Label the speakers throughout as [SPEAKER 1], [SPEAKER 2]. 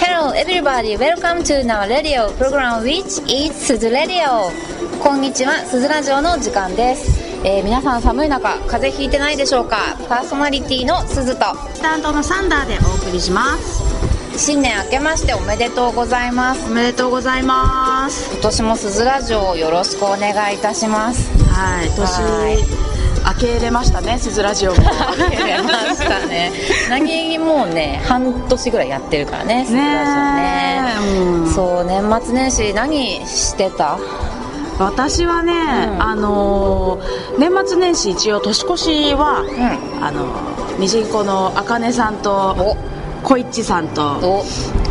[SPEAKER 1] everybody. Welcome to Now Radio program which is すずレディオ。こんにちは、すずラジオの時間です。えー皆さん寒い中、風邪ひいてないでしょうかパーソナリティのすずと、
[SPEAKER 2] 担当のサンダーでお送りします
[SPEAKER 1] 新年明けましておめでとうございます。
[SPEAKER 2] おめでとうございます
[SPEAKER 1] 今年もすずラジオをよろしくお願いいたします。
[SPEAKER 2] はい年明けれましたねすずラジオも
[SPEAKER 1] 明けましたね。何気にもうね、半年ぐらいやってるからね、すずラジオね。
[SPEAKER 2] ねえうん
[SPEAKER 1] そう、年末年始何してた
[SPEAKER 2] 私はね、
[SPEAKER 1] ん
[SPEAKER 2] あのー年末年始一応年越しは、
[SPEAKER 1] ん
[SPEAKER 2] あのーミジンコのあかねさんと
[SPEAKER 1] お、
[SPEAKER 2] こいちさんと
[SPEAKER 1] お、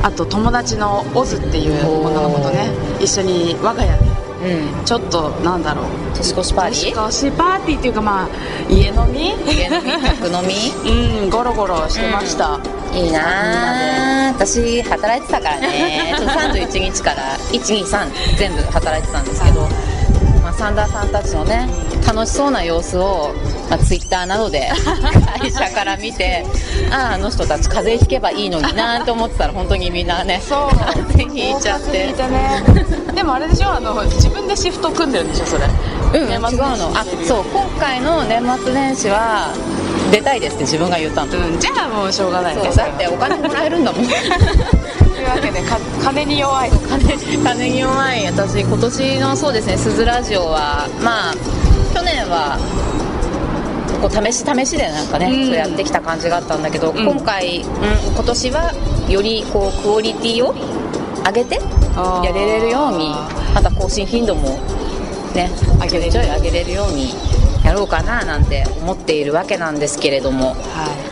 [SPEAKER 2] あと友達のオズっていう女の子とね一緒に我が家で
[SPEAKER 1] うん。
[SPEAKER 2] ちょっとなんだろう
[SPEAKER 1] 年越しパーティー
[SPEAKER 2] 年越しパーティーっていうかまあ家飲み
[SPEAKER 1] 家飲み宅飲み
[SPEAKER 2] うん、ゴロゴロしてました。
[SPEAKER 1] いいなあ私働いてたからねちょっと31日から123全部働いてたんですけど、まあ、サンダーさんたちのね楽しそうな様子を、まあ、ツイッターなどで会社から見てあああの人たち風邪ひけばいいのになと思ってたら本当にみんなね
[SPEAKER 2] そう
[SPEAKER 1] 風邪ひいちゃっ
[SPEAKER 2] 引
[SPEAKER 1] て
[SPEAKER 2] いてね。でもあれでしょ、あの自分でシフト組んでるんでしょ、それ。
[SPEAKER 1] うん違う
[SPEAKER 2] 年
[SPEAKER 1] の
[SPEAKER 2] 末年始
[SPEAKER 1] あそう今回の年末年始は出たいですって自分が言ったの
[SPEAKER 2] うん、じゃあもうしょうがない
[SPEAKER 1] そ
[SPEAKER 2] ね。
[SPEAKER 1] うだってお金もらえるんだもん
[SPEAKER 2] というわけでか金に弱い。
[SPEAKER 1] 金金に弱い私今年のそうですね「すずラジオは」まあ去年はこう試し試しでなんかね、
[SPEAKER 2] うん
[SPEAKER 1] そうやってきた感じがあったんだけど、
[SPEAKER 2] ん
[SPEAKER 1] 今回、うん、今年はよりこうクオリティを上げて
[SPEAKER 2] あー
[SPEAKER 1] やれれるようにまた更新頻度もね
[SPEAKER 2] 上げれる
[SPEAKER 1] ちょいちょい上げれるようにやろうかななんて思っているわけなんですけれども。
[SPEAKER 2] は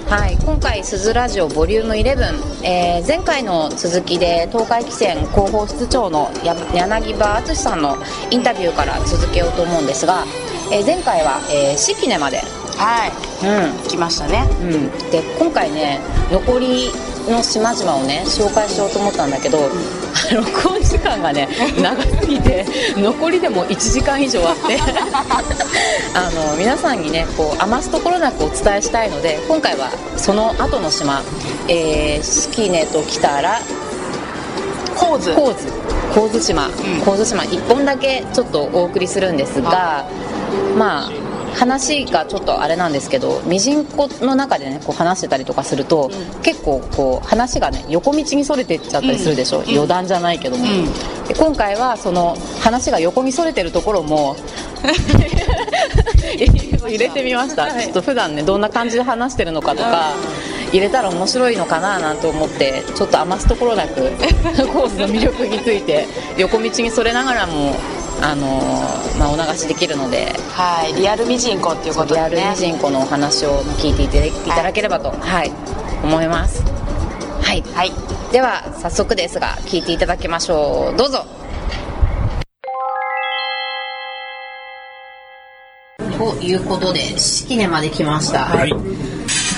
[SPEAKER 1] はい、今回「すずラジオボリューム11、えー前回の続きで東海汽船広報室長のや柳葉敦さんのインタビューから続けようと思うんですが、えー前回は、えー、シキネまで、
[SPEAKER 2] い。は
[SPEAKER 1] う
[SPEAKER 2] い。来ましたね。
[SPEAKER 1] んうん、で今回ね残りの島々をね紹介しようと思ったんだけど、録音時間がね長すぎて残りでも1時間以上あって あの皆さんにねこう余すところなくお伝えしたいので今回はその後の島、えー、シキネと来たら
[SPEAKER 2] 構図。
[SPEAKER 1] 神津神津島、神津島1本だけちょっとお送りするんですがまあ話がちょっとあれなんですけどミジンコの中でねこう話してたりとかすると、結構こう話がね横道にそれてっちゃったりするでしょ、余談じゃないけども、で今回はその話が横にそれてるところも入れてみました、ちょっと普段ねどんな感じで話してるのかとか入れたら面白いのかななんて思ってちょっと余すところなくコースの魅力について横道にそれながらも、あのーまあ、お流しできるので
[SPEAKER 2] はい。リアルミジンコっていうこと
[SPEAKER 1] リ
[SPEAKER 2] で
[SPEAKER 1] アル
[SPEAKER 2] ね
[SPEAKER 1] ミ。ジンコのお話を聞いていただいただければと、はい、思います、はい、
[SPEAKER 2] はい。
[SPEAKER 1] では早速ですが聞いていただきましょうどうぞということで式根まで来ました、
[SPEAKER 3] はい。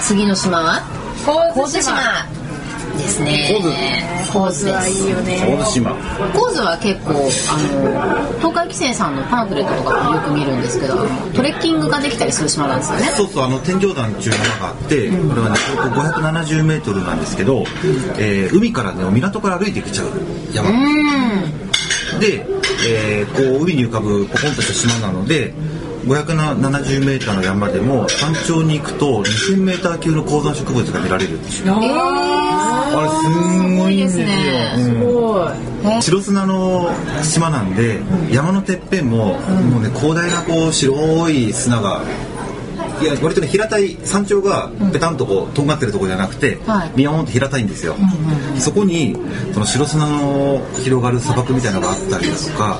[SPEAKER 1] 次の島は神津島ですね神津です
[SPEAKER 3] 大島。
[SPEAKER 1] 神津は結構あの東海汽船さんのパンフレットとかもよく見るんですけどあのトレッキングができたりする島なんですよね
[SPEAKER 3] そうそう、あの、天井段っていう山があって、これはね、標高570メートルなんですけど、えー海からね、港から歩いてきちゃう山。で、えーこう、海に浮かぶポコンとした島なので、570メーターの山でも山頂に行くと2000メーター級の高山植物が見られるっていうあれすんごいんですよ。うん白砂の島なんで山のてっぺんも、もうね広大なこう白い砂がいや割とね平たい山頂がペタンとこうとんがってるところじゃなくて、見守って平たいんですよ、そこにその白砂の広がる砂漠みたいなのがあったりだとかあ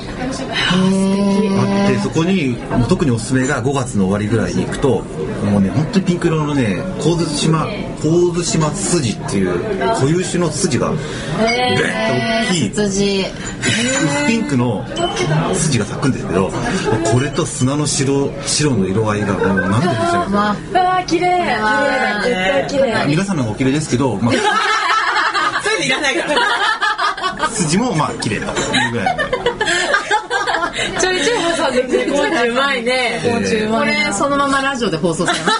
[SPEAKER 3] ってそこに特におすすめが5月の終わりぐらいに行くともうね本当にピンク色のね神津島神津島ツツジっていう固有種のツツジがでっと大きい
[SPEAKER 1] 羊
[SPEAKER 3] ピンクの筋が咲くんですけどこれと砂の白白の色合いがもうなんて言うんでしょう
[SPEAKER 1] まあ
[SPEAKER 4] あー綺麗綺麗絶対綺麗
[SPEAKER 3] 皆さんの方がお綺麗ですけど、まあ、
[SPEAKER 2] それいらないから。
[SPEAKER 3] 筋もまあ綺麗というぐらいで
[SPEAKER 5] ちょいちょい挟んでくれる。
[SPEAKER 1] うまいね。
[SPEAKER 3] 昆虫う
[SPEAKER 1] こ
[SPEAKER 3] ま
[SPEAKER 1] れ、そのままラジオで放送されます。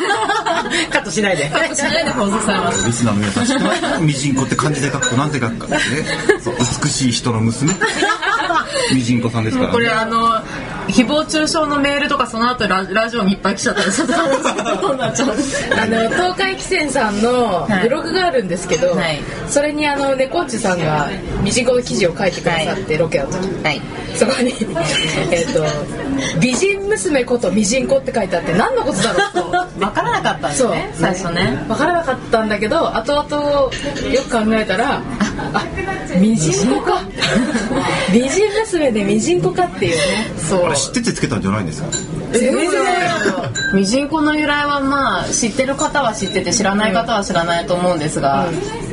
[SPEAKER 1] カットしない で。カットしないで放送されます。
[SPEAKER 3] リスナーの皆さん知ってますミジンコって漢字で書くとなんて書くかですねそう美しい人の 娘ミジンコさんですから、
[SPEAKER 1] これ、あの、誹謗中傷のメールとか、その後ララジオにいっぱい来ちゃったら、ちょっとどうなっちゃう
[SPEAKER 6] あの東海汽船さんの
[SPEAKER 1] はい
[SPEAKER 6] ブログがあるんですけど、
[SPEAKER 1] はい
[SPEAKER 6] それにあの猫っちさんがミジンコの記事を書いてくださって、ロケの時
[SPEAKER 1] はい。
[SPEAKER 6] そこにえっと「美人娘ことミジンコ」って書いてあって何のことだろう
[SPEAKER 1] わからなか ったんで
[SPEAKER 6] と
[SPEAKER 1] すね、最初ね。
[SPEAKER 6] 分からなかったんだけど後々よく考えたら「あミジンコか 美人娘でミジンコか」っていうねそう
[SPEAKER 3] あれ知っててつけたんじゃないんですか
[SPEAKER 6] 全然
[SPEAKER 1] ミジンコの由来はまあ知ってる方は知ってて知らない方は知らないと思うんですが、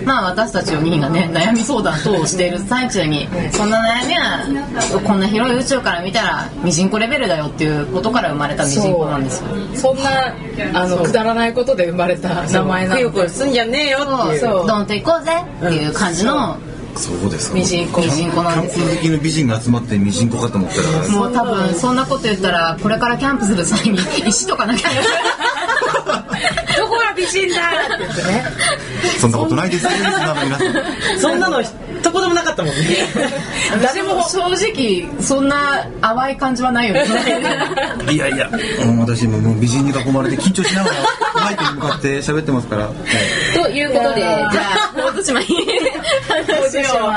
[SPEAKER 1] まあ私たち4人がね悩み相談等をしている最中にそんな悩みはこんな広い宇宙から見たらミジンコレベルだよっていうことから生まれたミジンコなんですよ。
[SPEAKER 6] そんなあのくだらないことで生まれた名前なので
[SPEAKER 1] すんじゃねえよっていう。
[SPEAKER 6] そう
[SPEAKER 1] ドンと行こうぜっていう感じの
[SPEAKER 3] そうですか
[SPEAKER 1] ミジンコ。ミジンコ
[SPEAKER 3] キ
[SPEAKER 1] なん
[SPEAKER 3] ャン
[SPEAKER 1] ですよ。
[SPEAKER 3] プ好きの美人が集まってミジンコかと思ったら
[SPEAKER 1] もう多分そんなこと言ったらこれからキャンプする際に石とかなきゃ。
[SPEAKER 6] どこが美人だって言ってね
[SPEAKER 3] そんなことな いですよリスナーの皆さん
[SPEAKER 7] そんなの一言もなかったもんね。
[SPEAKER 1] 誰も正直そんな淡い感じはないよ ね。
[SPEAKER 3] いやいや、うん私ももう美人に囲まれて緊張しながらマイクに向かって喋ってますから。
[SPEAKER 1] ということで、じゃあ、戻しまい。話を、は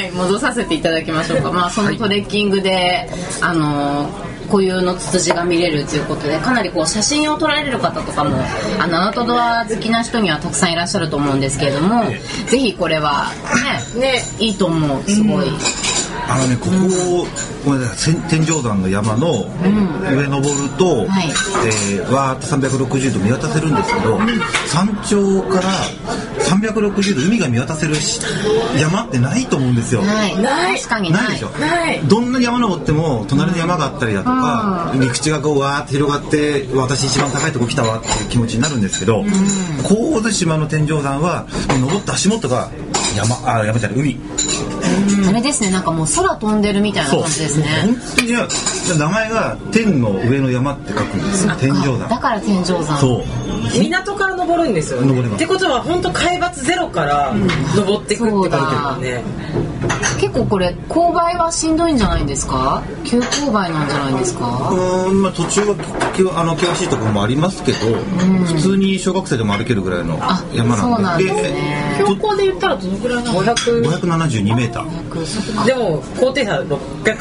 [SPEAKER 1] い、戻させていただきましょうか。まあ、そのトレッキングで、あの固有のツツジが見れるということでかなりこう写真を撮られる方とかもあのアウトドア好きな人にはたくさんいらっしゃると思うんですけれどもぜひこれはね
[SPEAKER 6] ね
[SPEAKER 1] いいと思うすごい、
[SPEAKER 3] あのね、ここを、ごめんなさい、せん天井山の山の上登ると、
[SPEAKER 1] はい
[SPEAKER 3] えーわーっと360度見渡せるんですけど、山頂から360度海が見渡せるし山ってないと思うんですよ。
[SPEAKER 1] ない確かにない
[SPEAKER 3] ないでしょ
[SPEAKER 6] ない
[SPEAKER 3] どんなに山登っても隣の山があったりだとか、陸地がこうわーって広がって私一番高いとこ来たわっていう気持ちになるんですけど神津島の天井山は登った足元が山あ山じゃない海
[SPEAKER 1] あれですねなんかもう空飛んでるみたいな感じですね
[SPEAKER 3] 本当にね名前が天の上の山って書くんですよ天井
[SPEAKER 1] だ
[SPEAKER 3] 山
[SPEAKER 1] から天井山
[SPEAKER 3] そう
[SPEAKER 7] 港から登るんですよ、
[SPEAKER 3] 登れ
[SPEAKER 7] ね。
[SPEAKER 3] ま
[SPEAKER 7] っ
[SPEAKER 3] す
[SPEAKER 7] てことは本当海抜ゼロから登っていくってことだもんね。
[SPEAKER 1] 結構これ勾配はしんどいんじゃないんですか急勾配なんじゃないんです
[SPEAKER 3] う
[SPEAKER 1] か
[SPEAKER 3] ーんまあ途中はききあの険しいところもありますけど、普通に小学生でも歩けるぐらいの
[SPEAKER 1] あ
[SPEAKER 3] 山
[SPEAKER 1] そう
[SPEAKER 3] な
[SPEAKER 1] なんん
[SPEAKER 3] で
[SPEAKER 1] ですね
[SPEAKER 3] と
[SPEAKER 6] ここで言ったらどのくらいなの
[SPEAKER 3] 572メーター
[SPEAKER 7] でも高低差600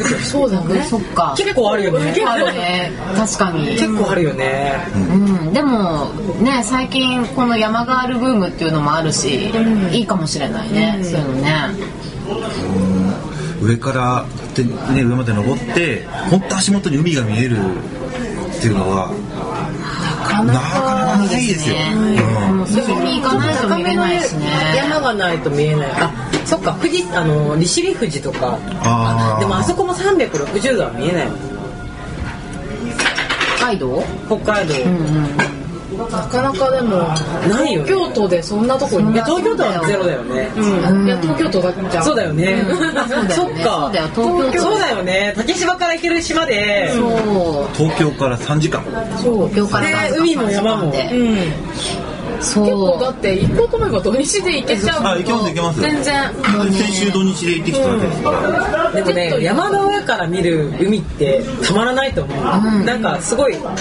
[SPEAKER 7] キロ。
[SPEAKER 1] そうだねそっか
[SPEAKER 7] 結構あるよね。
[SPEAKER 1] 構あるね確かに
[SPEAKER 7] 結構あるよね。
[SPEAKER 1] うん、でもね最近この山ガールブームっていうのもあるし、いいかもしれないね、そういうのね
[SPEAKER 3] 上からて、ね、上まで登って本当足元に海が見えるっていうのはなかなかないですよ、うん
[SPEAKER 1] もうそこに行かないと見れないしね
[SPEAKER 7] 山がないと見えない。あ、そっか富士あの利尻富士とか。
[SPEAKER 3] あー
[SPEAKER 7] でもあそこも360度は見えないもん。
[SPEAKER 1] 北海道
[SPEAKER 7] 北海道。
[SPEAKER 6] なかなかでも、
[SPEAKER 7] ないよね。
[SPEAKER 6] 京都でそんなとこに
[SPEAKER 7] いや東京都はゼロだよね。
[SPEAKER 6] うんいや、東京都だけじゃん。
[SPEAKER 7] そうだよね。
[SPEAKER 1] そうだ
[SPEAKER 7] そ
[SPEAKER 1] よ
[SPEAKER 7] っ
[SPEAKER 1] ね
[SPEAKER 7] か
[SPEAKER 1] そう。だよ東京
[SPEAKER 7] そうだよね。竹芝から行ける島で。
[SPEAKER 1] そう
[SPEAKER 3] 東京から3時間
[SPEAKER 6] そう。
[SPEAKER 1] 東京から
[SPEAKER 7] で海も山も。
[SPEAKER 1] で
[SPEAKER 7] うん
[SPEAKER 6] 結構だ
[SPEAKER 1] そ
[SPEAKER 6] って行こうと思えば土日で行けちゃう
[SPEAKER 3] あ行けます行けます
[SPEAKER 6] 全然
[SPEAKER 3] 先週土日で行ってきたわけですから、
[SPEAKER 7] でもね、山の上から見る海ってたまらないと思う。なんかすごい、もう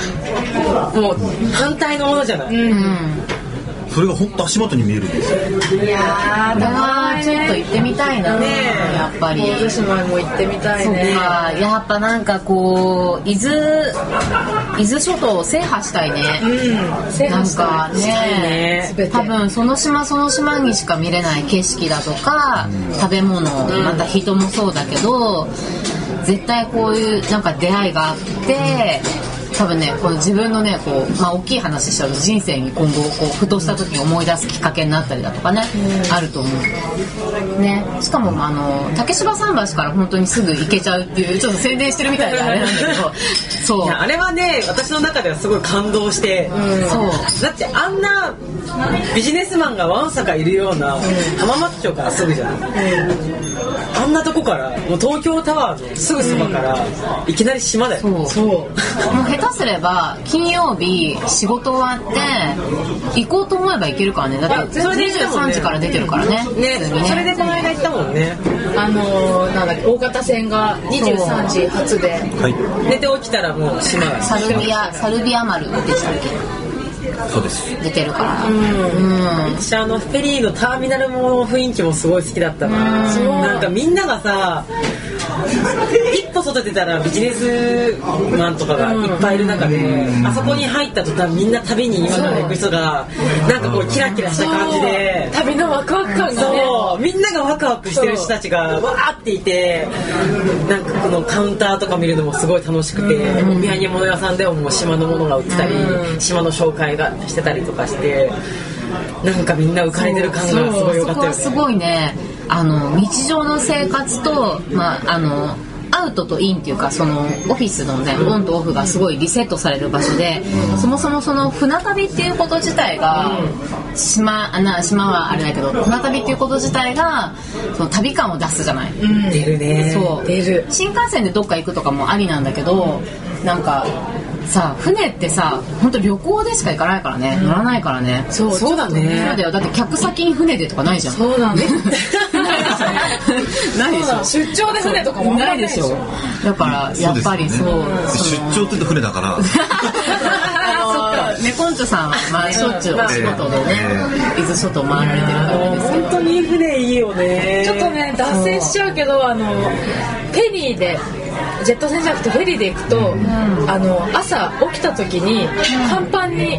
[SPEAKER 7] 反対のものじゃない。
[SPEAKER 1] ううん
[SPEAKER 3] それが本当足元に見えるんですよ
[SPEAKER 6] いやー
[SPEAKER 1] これ
[SPEAKER 6] だな
[SPEAKER 1] はちょっと行ってみたいな、
[SPEAKER 7] ねえ
[SPEAKER 1] やっぱり。
[SPEAKER 6] 神津島も行ってみたい
[SPEAKER 1] そう
[SPEAKER 6] ね
[SPEAKER 1] か、やっぱなんかこう伊豆伊豆諸島を制覇したいね。
[SPEAKER 6] 制
[SPEAKER 1] な
[SPEAKER 6] 覇
[SPEAKER 1] ん
[SPEAKER 6] した
[SPEAKER 1] か
[SPEAKER 6] い
[SPEAKER 1] ね
[SPEAKER 6] 全て
[SPEAKER 1] 多分その島その島にしか見れない景色だとか、食べ物、また人もそうだけど、絶対こういうなんか出会いがあって。多分ねこの自分のねこう、まあ、大きい話しちゃうと人生に今後こうふとした時に思い出すきっかけになったりだとかね、あると思うねしかもあの竹芝桟橋から本当にすぐ行けちゃうっていうちょっと宣伝してるみたいなあれなんだけどそう
[SPEAKER 7] いやあれはね私の中ではすごい感動して、
[SPEAKER 1] そう
[SPEAKER 7] だってあんなビジネスマンがわんさかいるような浜松町からすぐじゃない、あんなとこからもう東京タワーのすぐそばから、いきなり島だよ
[SPEAKER 1] そう
[SPEAKER 7] そう
[SPEAKER 1] もう下手すれば金曜日仕事終わって行こうと思えば行けるからねだって
[SPEAKER 7] それで行ったもん
[SPEAKER 1] 23
[SPEAKER 7] ね
[SPEAKER 1] 時から出てるからね
[SPEAKER 7] ね
[SPEAKER 1] 普通にね
[SPEAKER 7] それでこの間行ったもんね
[SPEAKER 6] あのーなんだっけ大型船が23時発で
[SPEAKER 3] はい
[SPEAKER 7] 寝て起きたらもう島だ
[SPEAKER 1] サルビアサルビア丸でしたっ
[SPEAKER 3] そうです
[SPEAKER 1] け出てるからうん
[SPEAKER 7] 私あのフェリーのターミナルの雰囲気もすごい好きだったななんかみんながさ一歩外出たらビジネスマンとかがいっぱいいる中であそこに入った途端みんな旅に今から行く人がなんかこうキラキラした感じで
[SPEAKER 6] 旅のワクワク感がね
[SPEAKER 7] そうみんながワクワクしてる人たちがわーっていてなんかこのカウンターとか見るのもすごい楽しくてお土産物屋さんでももう島のものが売ってたり島の紹介がしてたりとかしてなんかみんな浮かれてる感がすごい良
[SPEAKER 1] そ
[SPEAKER 7] か
[SPEAKER 1] こ
[SPEAKER 7] ったよ
[SPEAKER 1] は
[SPEAKER 7] ね
[SPEAKER 1] すごいねあの日常の生活と、まあ、あのアウトとインっていうかそのオフィスのねオンとオフがすごいリセットされる場所でそもそもその船旅っていうこと自体が島あな島はあれだけど船旅っていうこと自体がその旅感を出すじゃない、
[SPEAKER 7] 出るね
[SPEAKER 1] そう新幹線でどっか行くとかもありなんだけどなんかさ船ってさ本当旅行でしか行かないからね、乗らないからね
[SPEAKER 6] そうそうだね
[SPEAKER 1] そうだよだって客先に船でとかないじゃん
[SPEAKER 6] そうなんです
[SPEAKER 1] ないでしょ
[SPEAKER 6] 出張で船とかもあんま
[SPEAKER 1] ない
[SPEAKER 6] り
[SPEAKER 1] でしょだからやっぱりそう
[SPEAKER 3] そうですね出張って言うと船だから
[SPEAKER 1] あの猫んちょさんはまあしょっちゅうお仕事でね伊豆諸島回られてるからですけど
[SPEAKER 7] 本当に船いいよね
[SPEAKER 6] ちょっとね脱線しちゃうけどあのフェリーでジェット船じゃなくてフェリーで行くと、あの朝起きた時に甲板に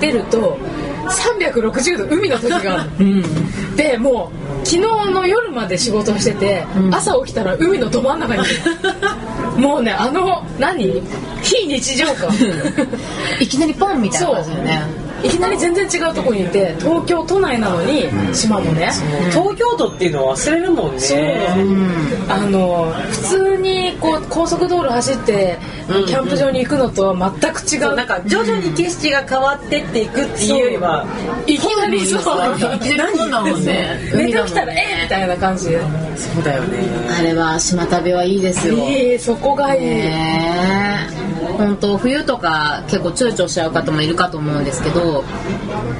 [SPEAKER 6] 出ると、360度海の時がある、でもう昨日の夜まで仕事してて、朝起きたら海のど真ん 中にいるもうねあの何非日常感
[SPEAKER 1] いきなりポンみたいな感じだよね
[SPEAKER 6] いきなり全然違うとこにいて東京都内なのに島のね、
[SPEAKER 7] 東京都っていうのは忘れるもんね
[SPEAKER 6] そう、あの普通にこう高速道路走ってキャンプ場に行くのとは全く違う、
[SPEAKER 7] なんか徐々に景色が変わってっていくっていうよりは、
[SPEAKER 6] いきなりそ
[SPEAKER 1] い
[SPEAKER 6] う
[SPEAKER 1] きなりポンだもんね
[SPEAKER 6] 寝て起きたらえーみたいな感じで
[SPEAKER 7] そうだよね
[SPEAKER 1] あれは島旅はいいですよ
[SPEAKER 6] いいそこがいい、
[SPEAKER 1] ね本当冬とか結構躊躇しちゃう方もいるかと思うんですけど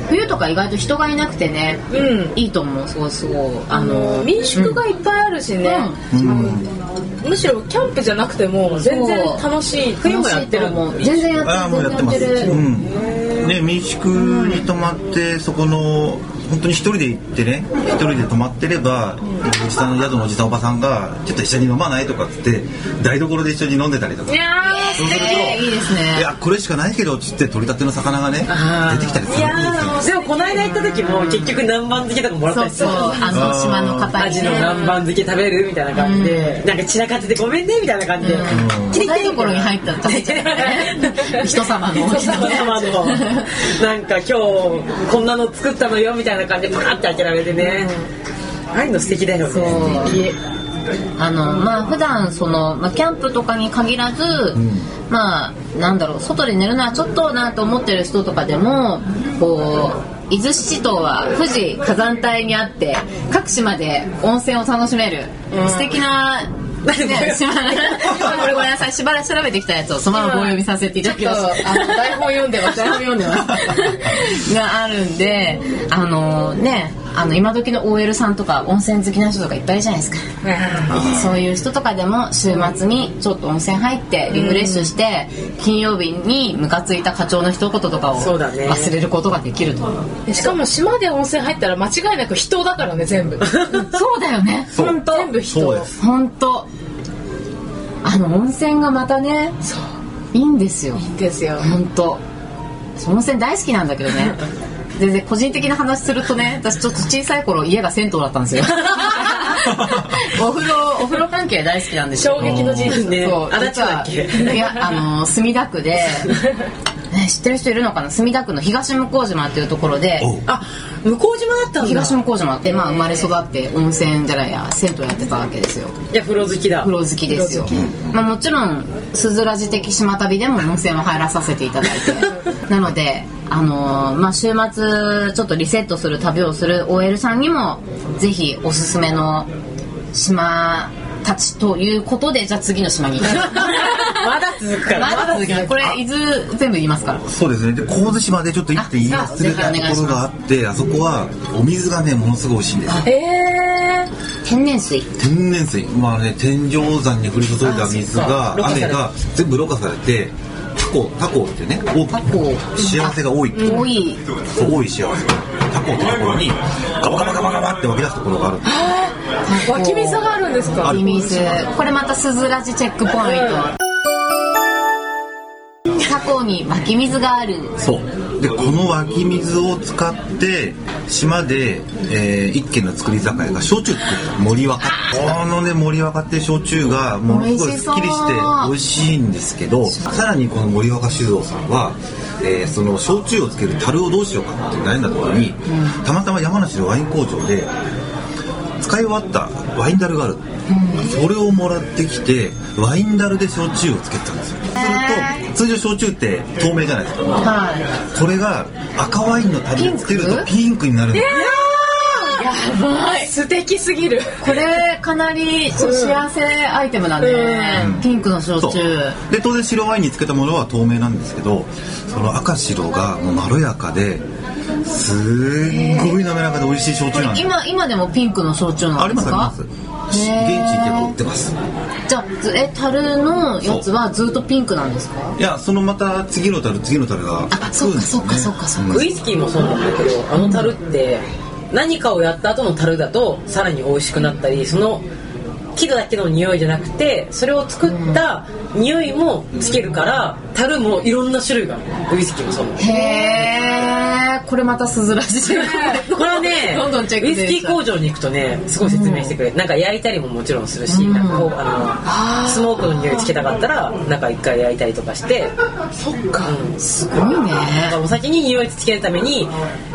[SPEAKER 1] 冬とか意外と人がいなくてね、
[SPEAKER 6] うん
[SPEAKER 1] いいと思うすごいすごいあの
[SPEAKER 6] 民宿がいっぱいあるしね、むしろキャンプじゃなくても全然楽しい冬もやってる
[SPEAKER 1] もう全然や
[SPEAKER 3] あ
[SPEAKER 1] っ
[SPEAKER 3] あ
[SPEAKER 1] て
[SPEAKER 3] もう
[SPEAKER 1] る
[SPEAKER 3] やってます、
[SPEAKER 1] 全然や
[SPEAKER 3] う
[SPEAKER 1] ってる
[SPEAKER 3] ん、で民宿に泊まってそこの本当に一人で行ってね一人で泊まってればおじさんの宿のおじさんおばさんが「ちょっと一緒に飲まない?」とかっつって台所で一緒に飲んでたりとか
[SPEAKER 6] い。や
[SPEAKER 3] そうすると
[SPEAKER 1] えーいいですね
[SPEAKER 3] いやこれしかないけどっつって取り立ての魚がね出てきたりするんですよ
[SPEAKER 7] でもこの間行った時も結局南蛮漬けとかもらった
[SPEAKER 1] そう
[SPEAKER 7] りす
[SPEAKER 1] そう
[SPEAKER 7] る
[SPEAKER 1] あの島の方
[SPEAKER 7] ア
[SPEAKER 1] に
[SPEAKER 7] ジの南蛮漬け食べるみたいな感じで、なんか散らかっててごめんねみたいな感じで、キリキ
[SPEAKER 1] 台
[SPEAKER 7] リみた
[SPEAKER 1] 所
[SPEAKER 7] い
[SPEAKER 1] に
[SPEAKER 7] な
[SPEAKER 1] 入ったら食べちゃう ね人様の
[SPEAKER 7] お客様のなんか今日こんなの作ったのよみたいな感じでパーって開けられてね、ああいうの素敵だよね
[SPEAKER 1] そうあのまあ普段その、まあ、キャンプとかに限らず、まあなんだろう外で寝るのはちょっとなと思ってる人とかでもこう伊豆七島は富士火山帯にあって各島で温泉を楽しめる、素敵な、ね、島これごめんなさいしばらく調べてきたやつをそのまま棒読みさせていただきました
[SPEAKER 6] あの台本読んでました
[SPEAKER 1] 台本読んでます。があるんで、あのね、あの今時の OL さんとか温泉好きな人とかいっぱいいるじゃないですか。そういう人とかでも週末にちょっと温泉入ってリフレッシュして、金曜日にムカついた課長の一言とかを
[SPEAKER 7] そうだね
[SPEAKER 1] 忘れることができると。
[SPEAKER 6] しかも島で温泉入ったら間違いなく人だからね全部
[SPEAKER 1] そうだよね。
[SPEAKER 3] そう
[SPEAKER 6] 全部人
[SPEAKER 3] そうです
[SPEAKER 1] 本当。あの温泉がまたね、いいんですよ。
[SPEAKER 6] ですよ
[SPEAKER 1] 本当温泉大好きなんだけど ね 全然個人的な話するとね私ちょっと小さい頃家が銭湯だったんですよ
[SPEAKER 2] お風呂お風呂関係大好きなんですよ
[SPEAKER 6] 衝撃の事実
[SPEAKER 7] ね
[SPEAKER 2] そう
[SPEAKER 7] 足
[SPEAKER 2] 実
[SPEAKER 7] 立区だ
[SPEAKER 2] は
[SPEAKER 7] っけ
[SPEAKER 2] いやあの墨田 区で、ね、知ってる人いるのかな墨田区の東向島っていうところで
[SPEAKER 3] おう
[SPEAKER 7] あ向島だったんだ
[SPEAKER 2] 東向島って、まあ、生まれ育って温泉じゃないや銭湯やってたわけですよ
[SPEAKER 7] いや風呂好 きだ
[SPEAKER 2] 風呂好きですよ、まあ、もちろんすずらじ的島旅でも温泉は入らさせていただい てなので、あのーまあ、週末ちょっとリセットする旅をする OL さんにもぜひおすすめの島たちということでじゃあ次の島に行きます
[SPEAKER 7] まだ続くから
[SPEAKER 2] まだ続きますこれ伊豆全部言いますから
[SPEAKER 3] そうですねで神津島でちょっと行っていい
[SPEAKER 2] あ
[SPEAKER 3] 忘れたところがあってあそこはお水がねものすごい美味しいんですよ
[SPEAKER 6] え
[SPEAKER 2] 天然水
[SPEAKER 3] 天然水まあね天井山に降り注いだ水が
[SPEAKER 7] あそっか
[SPEAKER 3] 雨が全部ろ過されてタコタコってね多く
[SPEAKER 2] タコ
[SPEAKER 3] 幸せが多いって
[SPEAKER 2] 多い
[SPEAKER 3] そう多い幸せタコってところにガバガバガバガバって湧き出すところがあるんです
[SPEAKER 6] ー、湧き水があるんですか
[SPEAKER 3] あ
[SPEAKER 2] ミミズこれまたすずらじチェックポイン トタコに湧き水がある
[SPEAKER 3] そうでこの湧き水を使って島で、えー一軒の造り酒屋が焼酎作った森若このね森若って焼酎がものすごいすっきりして美味しいんですけどさらにこの森若酒造さんは、えーその焼酎をつける樽をどうしようかって悩んだ時に、たまたま山梨のワイン工場で使い終わったワインダルがある、それをもらってきてワインダルで焼酎をつけてたんですよすると通常焼酎って透明じゃないですか
[SPEAKER 2] は
[SPEAKER 3] これが赤ワインの樽につけるとピンクになるんです
[SPEAKER 6] 素敵すぎる
[SPEAKER 2] いこれかなり幸せアイテムだね、ピンクの焼
[SPEAKER 3] そう
[SPEAKER 2] 酎
[SPEAKER 3] で当然白ワインにつけたものは透明なんですけどその赤白がもうまろやかですっごい滑らかで美味しい焼酎なんです
[SPEAKER 2] 今今でもピンクの焼酎な
[SPEAKER 3] あ
[SPEAKER 2] んで
[SPEAKER 3] りますすあり
[SPEAKER 2] か
[SPEAKER 3] ます現地
[SPEAKER 2] へー
[SPEAKER 3] 行けば売ってます
[SPEAKER 2] じゃあずえ樽のやつはずっとピンクなんですか
[SPEAKER 3] いやそのまた次の樽次の樽が
[SPEAKER 2] あそっかそっかそっかそっか
[SPEAKER 7] ウイスキーもそうなんだけどあの樽って何かをやった後の樽だとさらに美味しくなったりその木だけの匂いじゃなくてそれを作った匂いもつけるから樽もいろんな種類があるウイスキーもそうなんだけ
[SPEAKER 2] へえこれまたすずらじチェックポイント
[SPEAKER 7] どこれはね
[SPEAKER 2] どんどんチェック
[SPEAKER 7] ウ
[SPEAKER 2] で
[SPEAKER 7] イ
[SPEAKER 2] きちゃう
[SPEAKER 7] スキー工場に行くとねすごい説明してくれるなんか焼いたりももちろんするしなんかこうあのスモークの匂いつけたかったらなんか一回焼いたりとかしてそっか、うん
[SPEAKER 2] すごいね
[SPEAKER 7] なんかお酒に匂いつけるために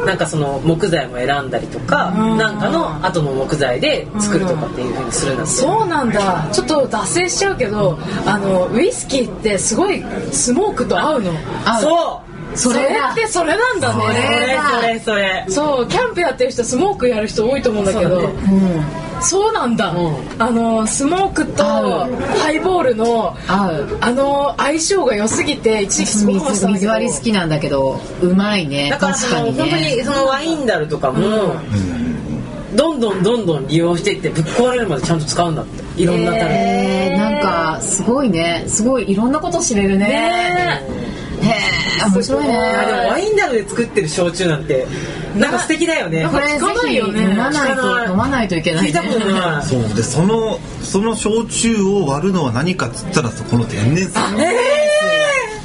[SPEAKER 7] なんかその木材も選んだりとか、なんかの後の木材で作るとかっていうふうにするんだって、
[SPEAKER 6] そうなんだちょっと脱線しちゃうけどあのウイスキーってすごいスモークと合うの
[SPEAKER 2] あ
[SPEAKER 7] そう
[SPEAKER 6] それ
[SPEAKER 2] だ
[SPEAKER 6] ってそれなんだ
[SPEAKER 7] そ
[SPEAKER 6] ね
[SPEAKER 7] れそれそれ
[SPEAKER 6] そうキャンプやってる人スモークやる人多いと思うんだけどそう,、なんだ、
[SPEAKER 7] ん
[SPEAKER 6] あのスモークと
[SPEAKER 2] 合
[SPEAKER 6] ハイボールの
[SPEAKER 2] 合う
[SPEAKER 6] あの相性が良すぎて一時期スモークも
[SPEAKER 2] 水
[SPEAKER 6] したんだけ
[SPEAKER 2] 水
[SPEAKER 6] ど
[SPEAKER 2] 割り好きなんだけどうまいね
[SPEAKER 7] だから
[SPEAKER 2] 確
[SPEAKER 7] そ
[SPEAKER 2] か
[SPEAKER 7] の
[SPEAKER 2] に
[SPEAKER 7] 本当
[SPEAKER 2] ね
[SPEAKER 7] にそのワインダルとかも、どんどんどんどん利用していってぶっ壊れるまでちゃんと使うんだっていろんなために
[SPEAKER 2] えー、なんかすごいねすごいいろんなこと知れるねへえ面白いね
[SPEAKER 7] あでもワインダルで作ってる焼酎なんてなんか素敵だよね
[SPEAKER 2] これぜ
[SPEAKER 6] 聞かない
[SPEAKER 2] ひ
[SPEAKER 6] よね
[SPEAKER 2] 飲まない
[SPEAKER 7] 聞かな
[SPEAKER 2] と
[SPEAKER 7] い
[SPEAKER 2] 飲まないといけない、
[SPEAKER 7] 聞
[SPEAKER 2] ね、
[SPEAKER 7] いたことない
[SPEAKER 3] そうでそのその焼酎を割るのは何かっつったらそこの天然水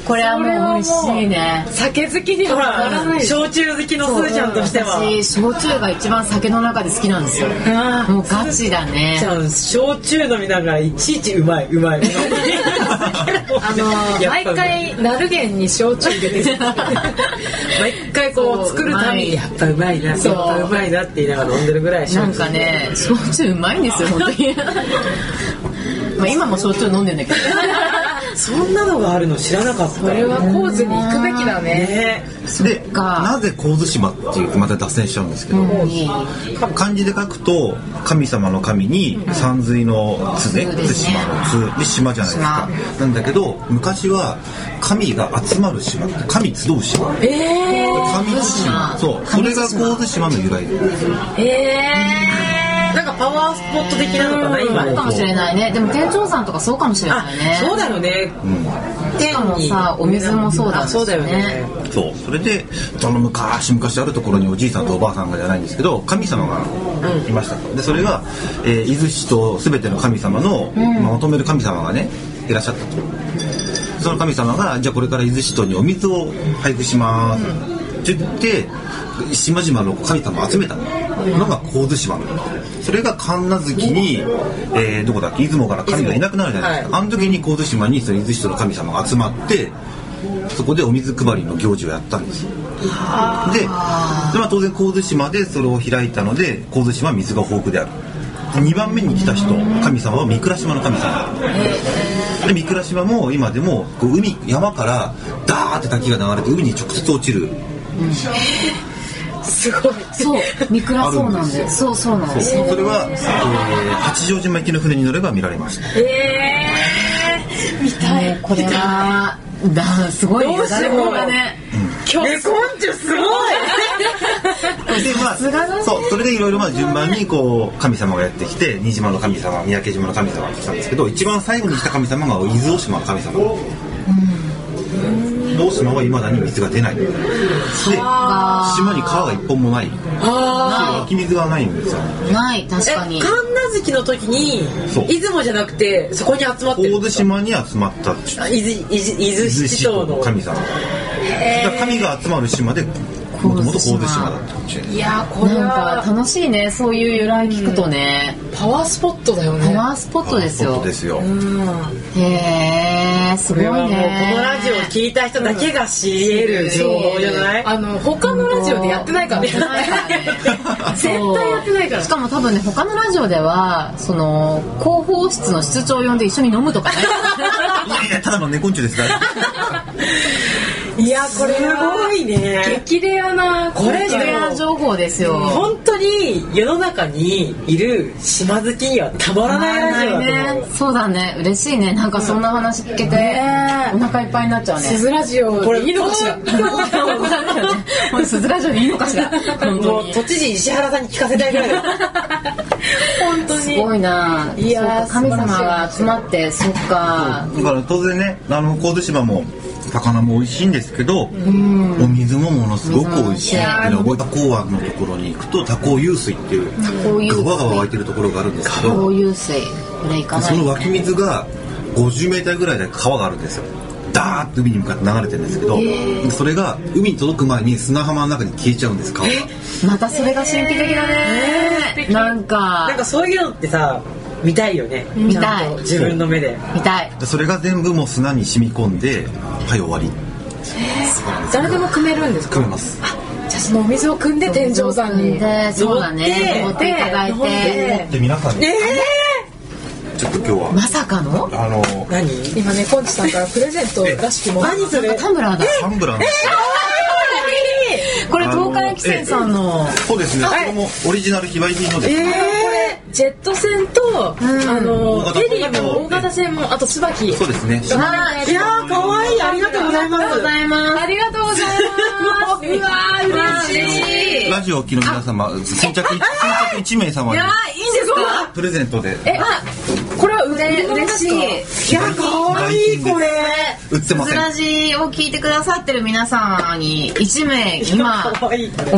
[SPEAKER 2] これはもう美味しいね
[SPEAKER 6] 酒好きに
[SPEAKER 7] ほ
[SPEAKER 6] はならな
[SPEAKER 7] ら
[SPEAKER 6] い
[SPEAKER 7] 焼酎好きのすーちゃんとしては
[SPEAKER 2] 私焼酎が一番酒の中で好きなんですよもうガチだね
[SPEAKER 7] ちゃん焼酎飲みながらいちいちうまいうまいあ
[SPEAKER 6] 毎回ナルゲンに焼酎入れてる
[SPEAKER 7] 毎回こう作るためにやっぱうまいなやっ
[SPEAKER 2] そう
[SPEAKER 7] ぱうまいなって言いながら飲んでるぐらい
[SPEAKER 2] なんかね焼酎うまいんですよ本当にまあ今も焼酎飲んでんだけど
[SPEAKER 7] そんなのがあるの知らなかった
[SPEAKER 6] これはコーズに行くべきだね
[SPEAKER 7] ね
[SPEAKER 3] で
[SPEAKER 2] か
[SPEAKER 3] なぜ神津島っていうまた脱線しちゃうんですけど、漢字で書くと神様の神に山水の津で
[SPEAKER 2] うん
[SPEAKER 3] 津島の津で島じゃないですかなんだけど昔は神が集まる島神集う島神津島そうそれが神津島の由来
[SPEAKER 7] なんかパワースポット的なのかな今
[SPEAKER 2] そうかもしれないねでも店長さんとかそうかもしれ
[SPEAKER 7] あ
[SPEAKER 2] ないね
[SPEAKER 7] そうだよね
[SPEAKER 2] しかもさお水もそうだ
[SPEAKER 7] あそうだよね
[SPEAKER 3] そうそれでその昔昔あるところにおじいさんとおばあさんがじゃないんですけど神様がいましたと、でそれが、えー伊豆市と全ての神様の、まあまとめる神様がねいらっしゃったとその神様がじゃあこれから伊豆市とにお水を配布します、って言って島々の神様を集めたのが神津島のそれが神奈月に、えーどこだっけ出雲から神がいなくなるじゃないですか、あの時に神津島にその伊豆市の神様が集まってそこでお水配りの行事をやったんですよでで、まあ、当然神津島でそれを開いたので神津島は水が豊富である2番目に来た人神様は三倉島の神様で三倉島も今でもこう海山からダーって滝が流れて海に直接落ちる
[SPEAKER 2] そう見比
[SPEAKER 3] ある
[SPEAKER 2] そうん
[SPEAKER 3] で
[SPEAKER 2] なん
[SPEAKER 3] すよ
[SPEAKER 2] ですそうそうなん
[SPEAKER 3] そう
[SPEAKER 2] です
[SPEAKER 3] それは、えー八丈島行きの船に乗れば見られました
[SPEAKER 2] ねこれはだすごいね誰もがね
[SPEAKER 3] でまあそうそれでいろいろまあ順番にこう神様がやってきて新島の神様三宅島の神様が来たんですけど一番最後に来た神様が伊豆大島の神様、大島はいまだに水が出ないで島に川が一本もない湧き水がないんですよ
[SPEAKER 2] ない確
[SPEAKER 7] え
[SPEAKER 2] か
[SPEAKER 7] 神
[SPEAKER 2] に
[SPEAKER 7] 奈月の時に
[SPEAKER 3] そう
[SPEAKER 7] 出雲じゃなくてそこに集まってる
[SPEAKER 3] 大津島に集まった伊
[SPEAKER 7] あ伊豆伊豆伊豆
[SPEAKER 3] 豆
[SPEAKER 7] 七
[SPEAKER 3] 市
[SPEAKER 7] 島
[SPEAKER 3] と
[SPEAKER 7] の
[SPEAKER 3] の神様だから神が集まる島でもともと神津島だったかもしれない
[SPEAKER 6] いやーこれ
[SPEAKER 2] な
[SPEAKER 6] は
[SPEAKER 2] んか楽しいねそういう由来聞くとね、
[SPEAKER 6] パワースポットだよ
[SPEAKER 2] パ
[SPEAKER 6] ね
[SPEAKER 2] ワースポットです
[SPEAKER 3] パワースポッ
[SPEAKER 2] よ
[SPEAKER 3] トですよ
[SPEAKER 2] へえす
[SPEAKER 7] こ
[SPEAKER 2] ごい
[SPEAKER 7] れ
[SPEAKER 2] ね
[SPEAKER 7] はもうこのラジオを聞いた人だけが知り得る情報じゃない
[SPEAKER 6] あの他のラジオでやってないからね絶対やってないから
[SPEAKER 2] しかも多分ね他のラジオではその広報室の室長を呼んで一緒に飲むとかね
[SPEAKER 3] いやいやただの猫んちゅですから
[SPEAKER 7] いやこれすごいね
[SPEAKER 6] 激レアな
[SPEAKER 7] これ
[SPEAKER 2] それは情報ですよ、
[SPEAKER 7] 本当に世の中にいる島好きにはたまらないラジオだと思う
[SPEAKER 2] そうだね嬉しいねなんかそんな話聞けて、お腹いっぱいになっちゃうね
[SPEAKER 6] 地 図ラジオ
[SPEAKER 7] これ
[SPEAKER 6] でいいのかしら
[SPEAKER 2] これ鈴ラジオでいいのかしら本
[SPEAKER 7] も
[SPEAKER 2] 当
[SPEAKER 7] う
[SPEAKER 2] に
[SPEAKER 7] 都知事石原さんに聞かせたいぐ らいだ
[SPEAKER 6] 本当
[SPEAKER 2] す
[SPEAKER 6] に
[SPEAKER 2] ごいない
[SPEAKER 6] やー
[SPEAKER 2] そうか神様が集まってそっか
[SPEAKER 3] だから当然ねあの神津島も魚も美味しいんですけど、お水もものすごく美味しいっていうのを覚えた港湾のところに行くと多幸湧水っていう
[SPEAKER 2] 幸湧水
[SPEAKER 3] 川が湧いてるところがあるんですけ
[SPEAKER 2] こ
[SPEAKER 3] ど
[SPEAKER 2] ういう水これいかな
[SPEAKER 3] そ
[SPEAKER 2] い
[SPEAKER 3] の湧き水が50メーターぐらいで川があるんですよダーッと海に向かって流れてるんですけど、それが海に届く前に砂浜の中に消えちゃうんです川が、
[SPEAKER 2] またそれが神秘的だねなんか
[SPEAKER 7] なんかそういうのってさ見たいよね
[SPEAKER 2] 見たい
[SPEAKER 7] 自分の目で
[SPEAKER 2] 見たい
[SPEAKER 3] でそれが全部もう砂に染み込んではい終わり
[SPEAKER 6] 誰でも組めるんですか
[SPEAKER 3] 組めます
[SPEAKER 6] じゃあそのお水を汲んで天井さんに
[SPEAKER 2] でそうだね登
[SPEAKER 7] 登っ
[SPEAKER 2] っていただい
[SPEAKER 6] 登って
[SPEAKER 2] て
[SPEAKER 3] で皆さんに
[SPEAKER 7] え
[SPEAKER 3] ちょっと今日
[SPEAKER 2] ま
[SPEAKER 3] は
[SPEAKER 2] さかの
[SPEAKER 3] あの
[SPEAKER 7] ー、何
[SPEAKER 6] 今ねこんちさんからプレゼントらしきもの
[SPEAKER 7] 何そ
[SPEAKER 2] なん
[SPEAKER 7] れ
[SPEAKER 2] かタンブラーだ
[SPEAKER 3] タンブラーの
[SPEAKER 2] これ東海汽船さんの
[SPEAKER 3] そうですね。これもオリジナル非売品のですね。
[SPEAKER 6] ジェット船と、あの
[SPEAKER 3] 大型
[SPEAKER 6] フェリーも
[SPEAKER 3] 大型
[SPEAKER 6] 大型船もあと椿
[SPEAKER 3] そうですね。
[SPEAKER 7] いやーかわいいありがとうございます
[SPEAKER 6] ありがとうございます。うわー嬉しい。
[SPEAKER 3] ラジオをお聞きの皆様、先着先着一名様に
[SPEAKER 6] いいんですか。
[SPEAKER 3] プレゼントで
[SPEAKER 6] え、これは腕嬉しい。
[SPEAKER 7] いやかわいいこれ
[SPEAKER 3] 売ってま
[SPEAKER 2] ズ
[SPEAKER 3] せん。
[SPEAKER 2] ラジを聞いてくださってる皆さんに1名 今
[SPEAKER 7] かわいいこれ
[SPEAKER 2] お土産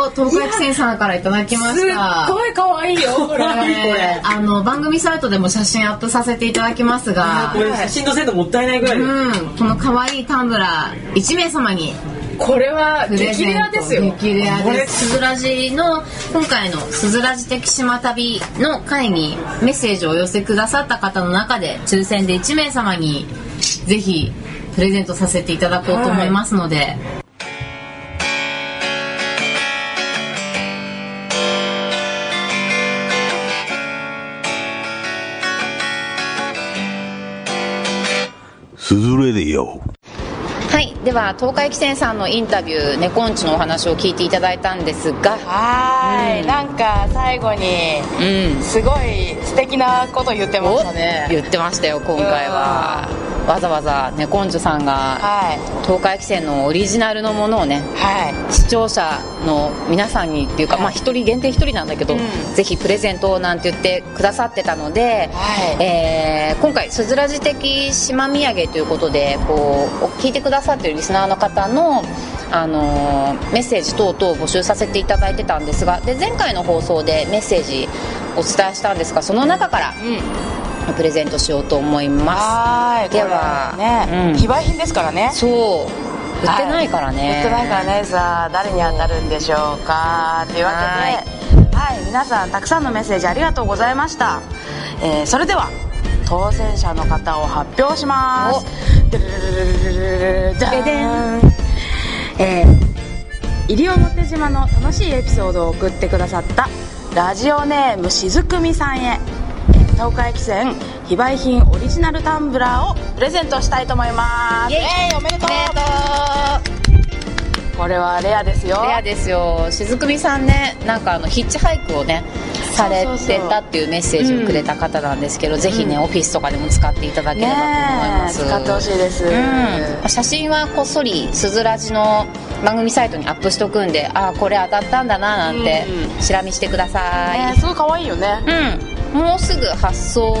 [SPEAKER 2] を東海汽船さんからいただきます
[SPEAKER 6] っ
[SPEAKER 2] した
[SPEAKER 6] ごい可愛いよ。これ。
[SPEAKER 2] えーあの番組サイトでも写真アップさせていただきますが
[SPEAKER 7] これ写真のせるのもったいないぐらい、
[SPEAKER 2] うんこの可愛いタンブラー1名様に
[SPEAKER 6] これは
[SPEAKER 2] プレ
[SPEAKER 6] 激
[SPEAKER 2] ゼン
[SPEAKER 6] レア
[SPEAKER 2] ト
[SPEAKER 6] ですよ。
[SPEAKER 2] 激レア
[SPEAKER 7] これ
[SPEAKER 2] です。すずらじの今回のすずらじ的島旅の会にメッセージをお寄せくださった方の中で抽選で1名様にぜひプレゼントさせていただこうと思いますので。
[SPEAKER 8] すずれでよ。
[SPEAKER 1] はい、では東海汽船さんのインタビュー「猫んち」のお話を聞いていただいたんですが、
[SPEAKER 9] はーい、
[SPEAKER 1] うん
[SPEAKER 9] なんか最後に
[SPEAKER 1] うん、
[SPEAKER 9] すごい素敵なこと言ってましたね
[SPEAKER 1] 言ってましたよ今回はわざわざ猫んちさんが
[SPEAKER 9] はい
[SPEAKER 1] 東海汽船のオリジナルのものをね
[SPEAKER 9] は
[SPEAKER 1] 視聴者の皆さんにっていうか、
[SPEAKER 9] はい
[SPEAKER 1] まあ、1人限定1人なんだけど、
[SPEAKER 9] うん
[SPEAKER 1] ぜひプレゼントをなんて言ってくださってたので、
[SPEAKER 9] はい
[SPEAKER 1] えー今回「すずらじ的島土産」ということでこう聞いてくださってるリスナーの方の、あのーメッセージ等々を募集させていただいてたんですがで前回の放送でメッセージお伝えしたんですがその中から
[SPEAKER 9] い、うん、
[SPEAKER 1] プレゼントしようと思います
[SPEAKER 9] はーい
[SPEAKER 1] では
[SPEAKER 9] これね、
[SPEAKER 1] うん
[SPEAKER 9] 非売品ですからね
[SPEAKER 1] そう売ってないからね、
[SPEAKER 2] 言ってないからねさあ誰に当たるんでしょうかというわけではい皆さんたくさんのメッセージありがとうございました、えーそれでは当選者の方を発表しますででんえー西表島の楽しいエピソードを送ってくださったラジオネームしずくみさんへ東海汽船非売品オリジナルタンブラーをプレゼントしたいと思いますイエーイおめでとうこれはレアですよ
[SPEAKER 1] レアですよしずくみさんねなんかあのヒッチハイクをねされ
[SPEAKER 2] そう
[SPEAKER 1] てたっていうメッセージをくれた方なんですけど、ぜひね、オフィスとかでも使っていただければと思いま
[SPEAKER 2] ねえ
[SPEAKER 1] す、
[SPEAKER 2] 使ってほしいです、
[SPEAKER 1] うん、写真はこっそりすずらじの番組サイトにアップしとくんでああこれ当たったんだななんて
[SPEAKER 2] う
[SPEAKER 1] チラ見してくださ
[SPEAKER 2] ね
[SPEAKER 1] い、
[SPEAKER 2] えすごい可愛いよね
[SPEAKER 1] うんもうすぐ発送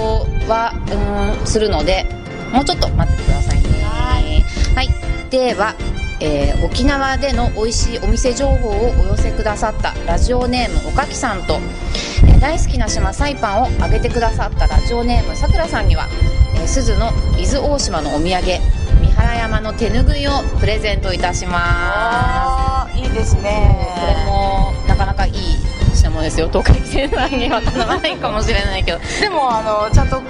[SPEAKER 1] はうんするのでもうちょっと待っててくださいねはい、では、えー沖縄での美味しいお店情報をお寄せくださったラジオネームおかきさんと、えー大好きな島サイパンをあげてくださったラジオネームさくらさんには、えー、鈴の伊豆大島のお土産三原山の手ぬぐいをプレゼントいたします
[SPEAKER 2] あーいいです
[SPEAKER 1] これ
[SPEAKER 2] ね
[SPEAKER 1] もなかなかいい品物ですよ東海線さんには頼まないかもしれないけど
[SPEAKER 2] でもあのちゃんと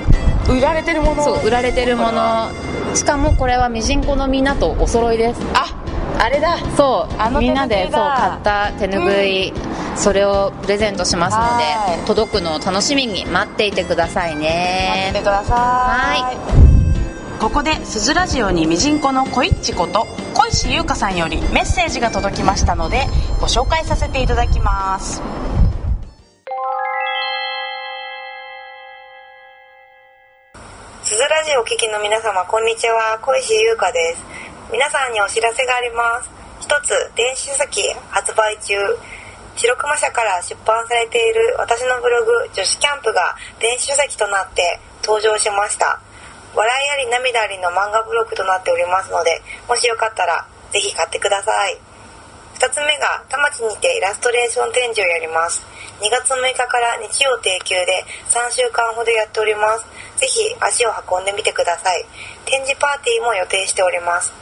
[SPEAKER 2] 売られてるも の
[SPEAKER 1] そう売られてるもの しかもこれはミジンコのみんなとお揃いです
[SPEAKER 2] ああれだ
[SPEAKER 1] そう
[SPEAKER 2] あの手拭いだ
[SPEAKER 1] みんなでそう買った手ぬぐい、それをプレゼントしますの
[SPEAKER 2] は
[SPEAKER 1] で
[SPEAKER 2] い
[SPEAKER 1] 届くのを楽しみに待っていてください
[SPEAKER 2] 待ってて
[SPEAKER 1] ね
[SPEAKER 2] くださいここで「すずラジオ」にみじんこのこいっちこと小石優香さんよりメッセージが届きましたのでご紹介させていただきます
[SPEAKER 10] すずラジオをお聞きの皆様、こんにちは。小石優香です。皆さんにお知らせがあります。一つ、電子書籍発売中。白熊社から出版されている私のブログ、女子キャンプが電子書籍となって登場しました。笑いあり涙ありの漫画ブログとなっておりますので、もしよかったらぜひ買ってください。2つ目が田町にてイラストレーション展示をやります2月6日から日曜定休で3週間ほどやっておりますぜひ足を運んでみてください展示パーティーも予定しております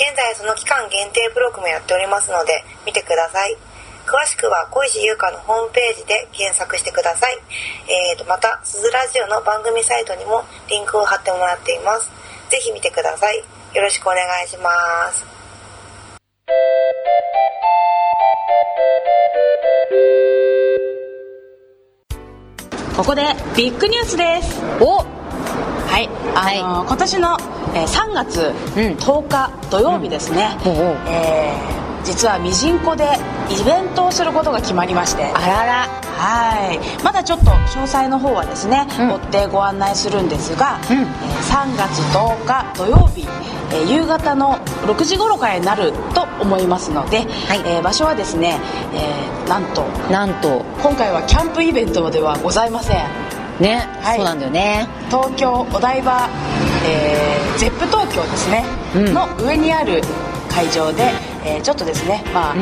[SPEAKER 10] 現在その期間限定ブログもやっておりますので見てください詳しくは小石優香のホームページで検索してください、えー、とまたすずラジオの番組サイトにもリンクを貼ってもらっていますぜひ見てくださいよろしくお願いします
[SPEAKER 2] ここでビッグニュースです
[SPEAKER 1] お
[SPEAKER 2] はいあの、今年の、えー3月
[SPEAKER 1] うん
[SPEAKER 2] 10日土曜日ですね、
[SPEAKER 1] うんおうおう
[SPEAKER 2] えー実はみじんこでイベントをすることが決まりまして
[SPEAKER 1] あらら
[SPEAKER 2] はいまだちょっと詳細の方はですね、
[SPEAKER 1] うん
[SPEAKER 2] 追ってご案内するんですが、
[SPEAKER 1] うん
[SPEAKER 2] えー3月10日土曜日、えー夕方の6時頃からになると思いますので、
[SPEAKER 1] はい
[SPEAKER 2] えー場所はですね、えーなんと
[SPEAKER 1] なんと
[SPEAKER 2] 今回はキャンプイベントではございません
[SPEAKER 1] ね、
[SPEAKER 2] はい
[SPEAKER 1] そうなんだよね
[SPEAKER 2] 東京お台場、えー、ゼップ東京ですね、
[SPEAKER 1] うん
[SPEAKER 2] の上にある会場で、えーちょっとですねまあ、
[SPEAKER 1] うん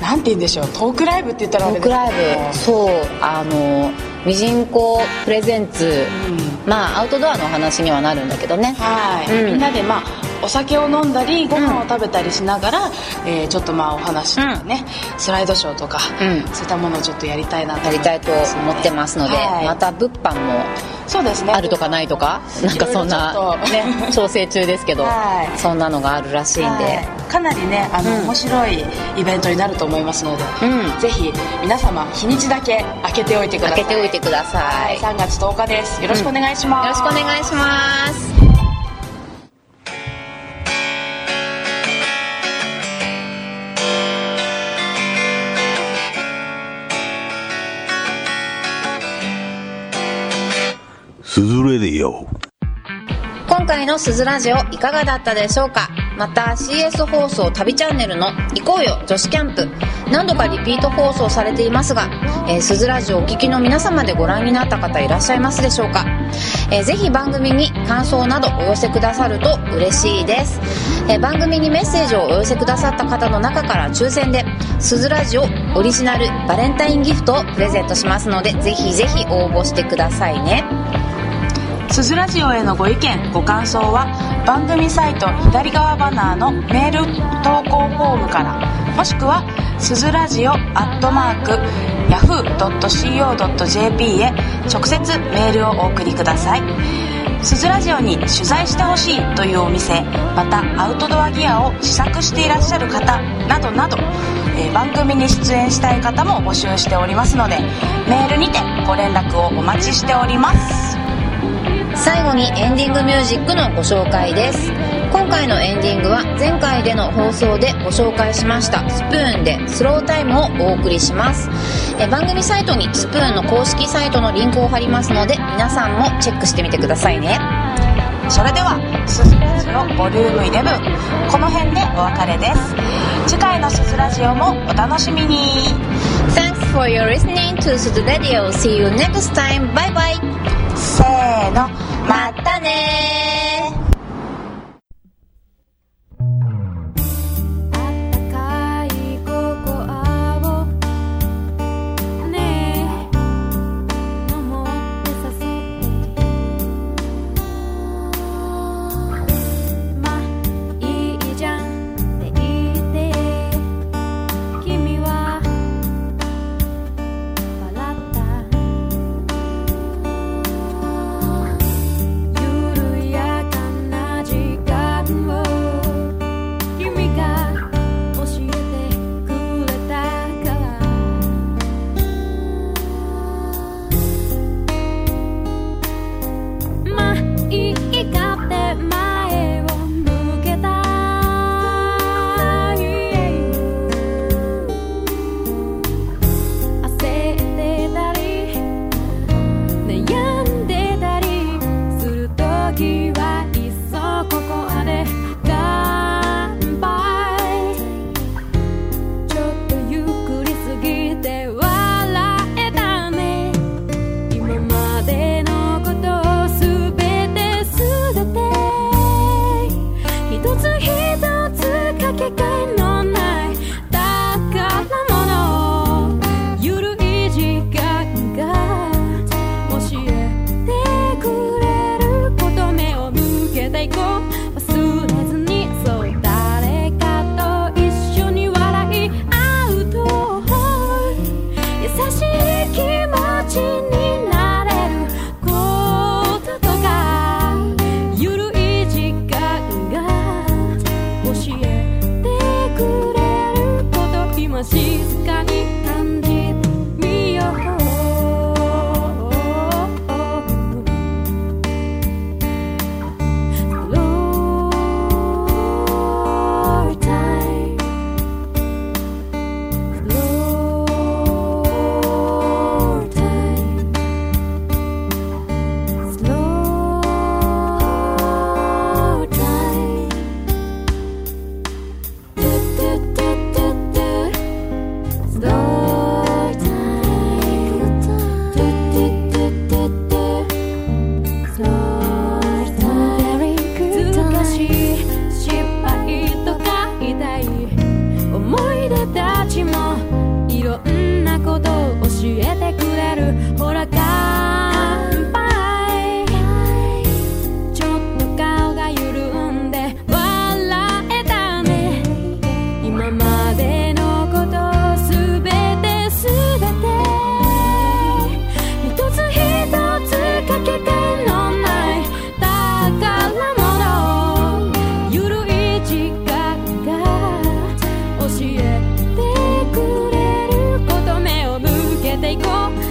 [SPEAKER 2] なんて言うんでしょうトークライブって言ったらあ
[SPEAKER 1] ト
[SPEAKER 2] れ
[SPEAKER 1] ー
[SPEAKER 2] で
[SPEAKER 1] ク
[SPEAKER 2] すけど
[SPEAKER 1] ライブそうあのミジンコプレゼンツ、まあアウトドアのお話にはなるんだけどね
[SPEAKER 2] はい、
[SPEAKER 1] うん
[SPEAKER 2] みんなでまあお酒を飲んだりご飯を食べたりしながら、えーちょっとまあお話とかね、スライドショーとか、
[SPEAKER 1] うん
[SPEAKER 2] そういったものをちょっとやりたいなと
[SPEAKER 1] やりたいと思ってますので、
[SPEAKER 2] はい
[SPEAKER 1] また物販も
[SPEAKER 2] そうですね
[SPEAKER 1] あるとかないとかなんかそん
[SPEAKER 2] いろ
[SPEAKER 1] ない
[SPEAKER 2] ろちょ っと
[SPEAKER 1] ね調整中ですけど、
[SPEAKER 2] はい
[SPEAKER 1] そんなのがあるらしいんで、
[SPEAKER 2] はいかなりねあの、
[SPEAKER 1] うん
[SPEAKER 2] 面白いイベントになると思いますので、
[SPEAKER 1] うん
[SPEAKER 2] ぜひ皆様日にちだけ開けておいてくださ
[SPEAKER 1] 開
[SPEAKER 2] い
[SPEAKER 1] けておいてくださ
[SPEAKER 2] はい
[SPEAKER 1] い、よ
[SPEAKER 2] 3月10日ですよろしくお願いします、
[SPEAKER 1] ろしくお願いします
[SPEAKER 11] すずれでよ。
[SPEAKER 1] 今回の「すずラジオ」いかがだったでしょうかまた CS 放送旅チャンネルの「行こうよ女子キャンプ」何度かリピート放送されていますが「えーすずラジオ」お聞きの皆様でご覧になった方いらっしゃいますでしょうか、えーぜひ番組に感想などお寄せくださると嬉しいです、えー番組にメッセージをお寄せくださった方の中から抽選で「すずラジオ」オリジナルバレンタインギフトをプレゼントしますのでぜひぜひ応募してくださいね
[SPEAKER 2] すずラジオへのご意見ご感想は番組サイト左側バナーのメール投稿フォームからもしくはすずラジオアットマーク yahoo.co.jp へ直接メールをお送りくださいすずラジオに取材してほしいというお店またアウトドアギアを試作していらっしゃる方などなど、えー番組に出演したい方も募集しておりますのでメールにてご連絡をお待ちしております
[SPEAKER 12] 最後にエンディングミュージックのご紹介です今回のエンディングは前回での放送でご紹介しましたスプーンでスロータイムをお送りしますえ番組サイトにスプーンの公式サイトのリンクを貼りますので皆さんもチェックしてみてくださいね
[SPEAKER 2] それでは「すずラジオボリューム11この辺でお別れです次回の「すずラジオ」もお楽しみに
[SPEAKER 12] Thanks for your listening to Suzu Radio See you next time bye bye
[SPEAKER 2] せーのま
[SPEAKER 12] またねー
[SPEAKER 13] 「あったかいココアをねえ飲もうって誘って」「まあいいじゃん」って言って君は笑った緩やかな時間を君が教えてくれたから」「まあいいかって前を向けたい」「焦ってたり悩んでたりするときはいっそここで乾杯」「ちょっとゆっくりすぎて笑えたね」「今までのことすべてすべて」「ひとつひとつかけがえのない宝物」「ゆるい時間が教えてくれること」「目を向けていこう」「忘れずにそう誰かと一緒に笑い合うと」「優しい気持ちになれることとか」「ゆるい時間が教えてくれること」「今静かに感じてみよう」Lord time. Lord time. Slow time. Do do do do do. Slow time. Do do do do do. 難しい失敗とか痛い思い出たちもいろんなことを教えてくれるほら乾杯ちょっと顔が緩んで笑えたね今までのことすべてすべて一つ一つかけがえのない宝物ゆるい時間が教えてくれること目を向けていこう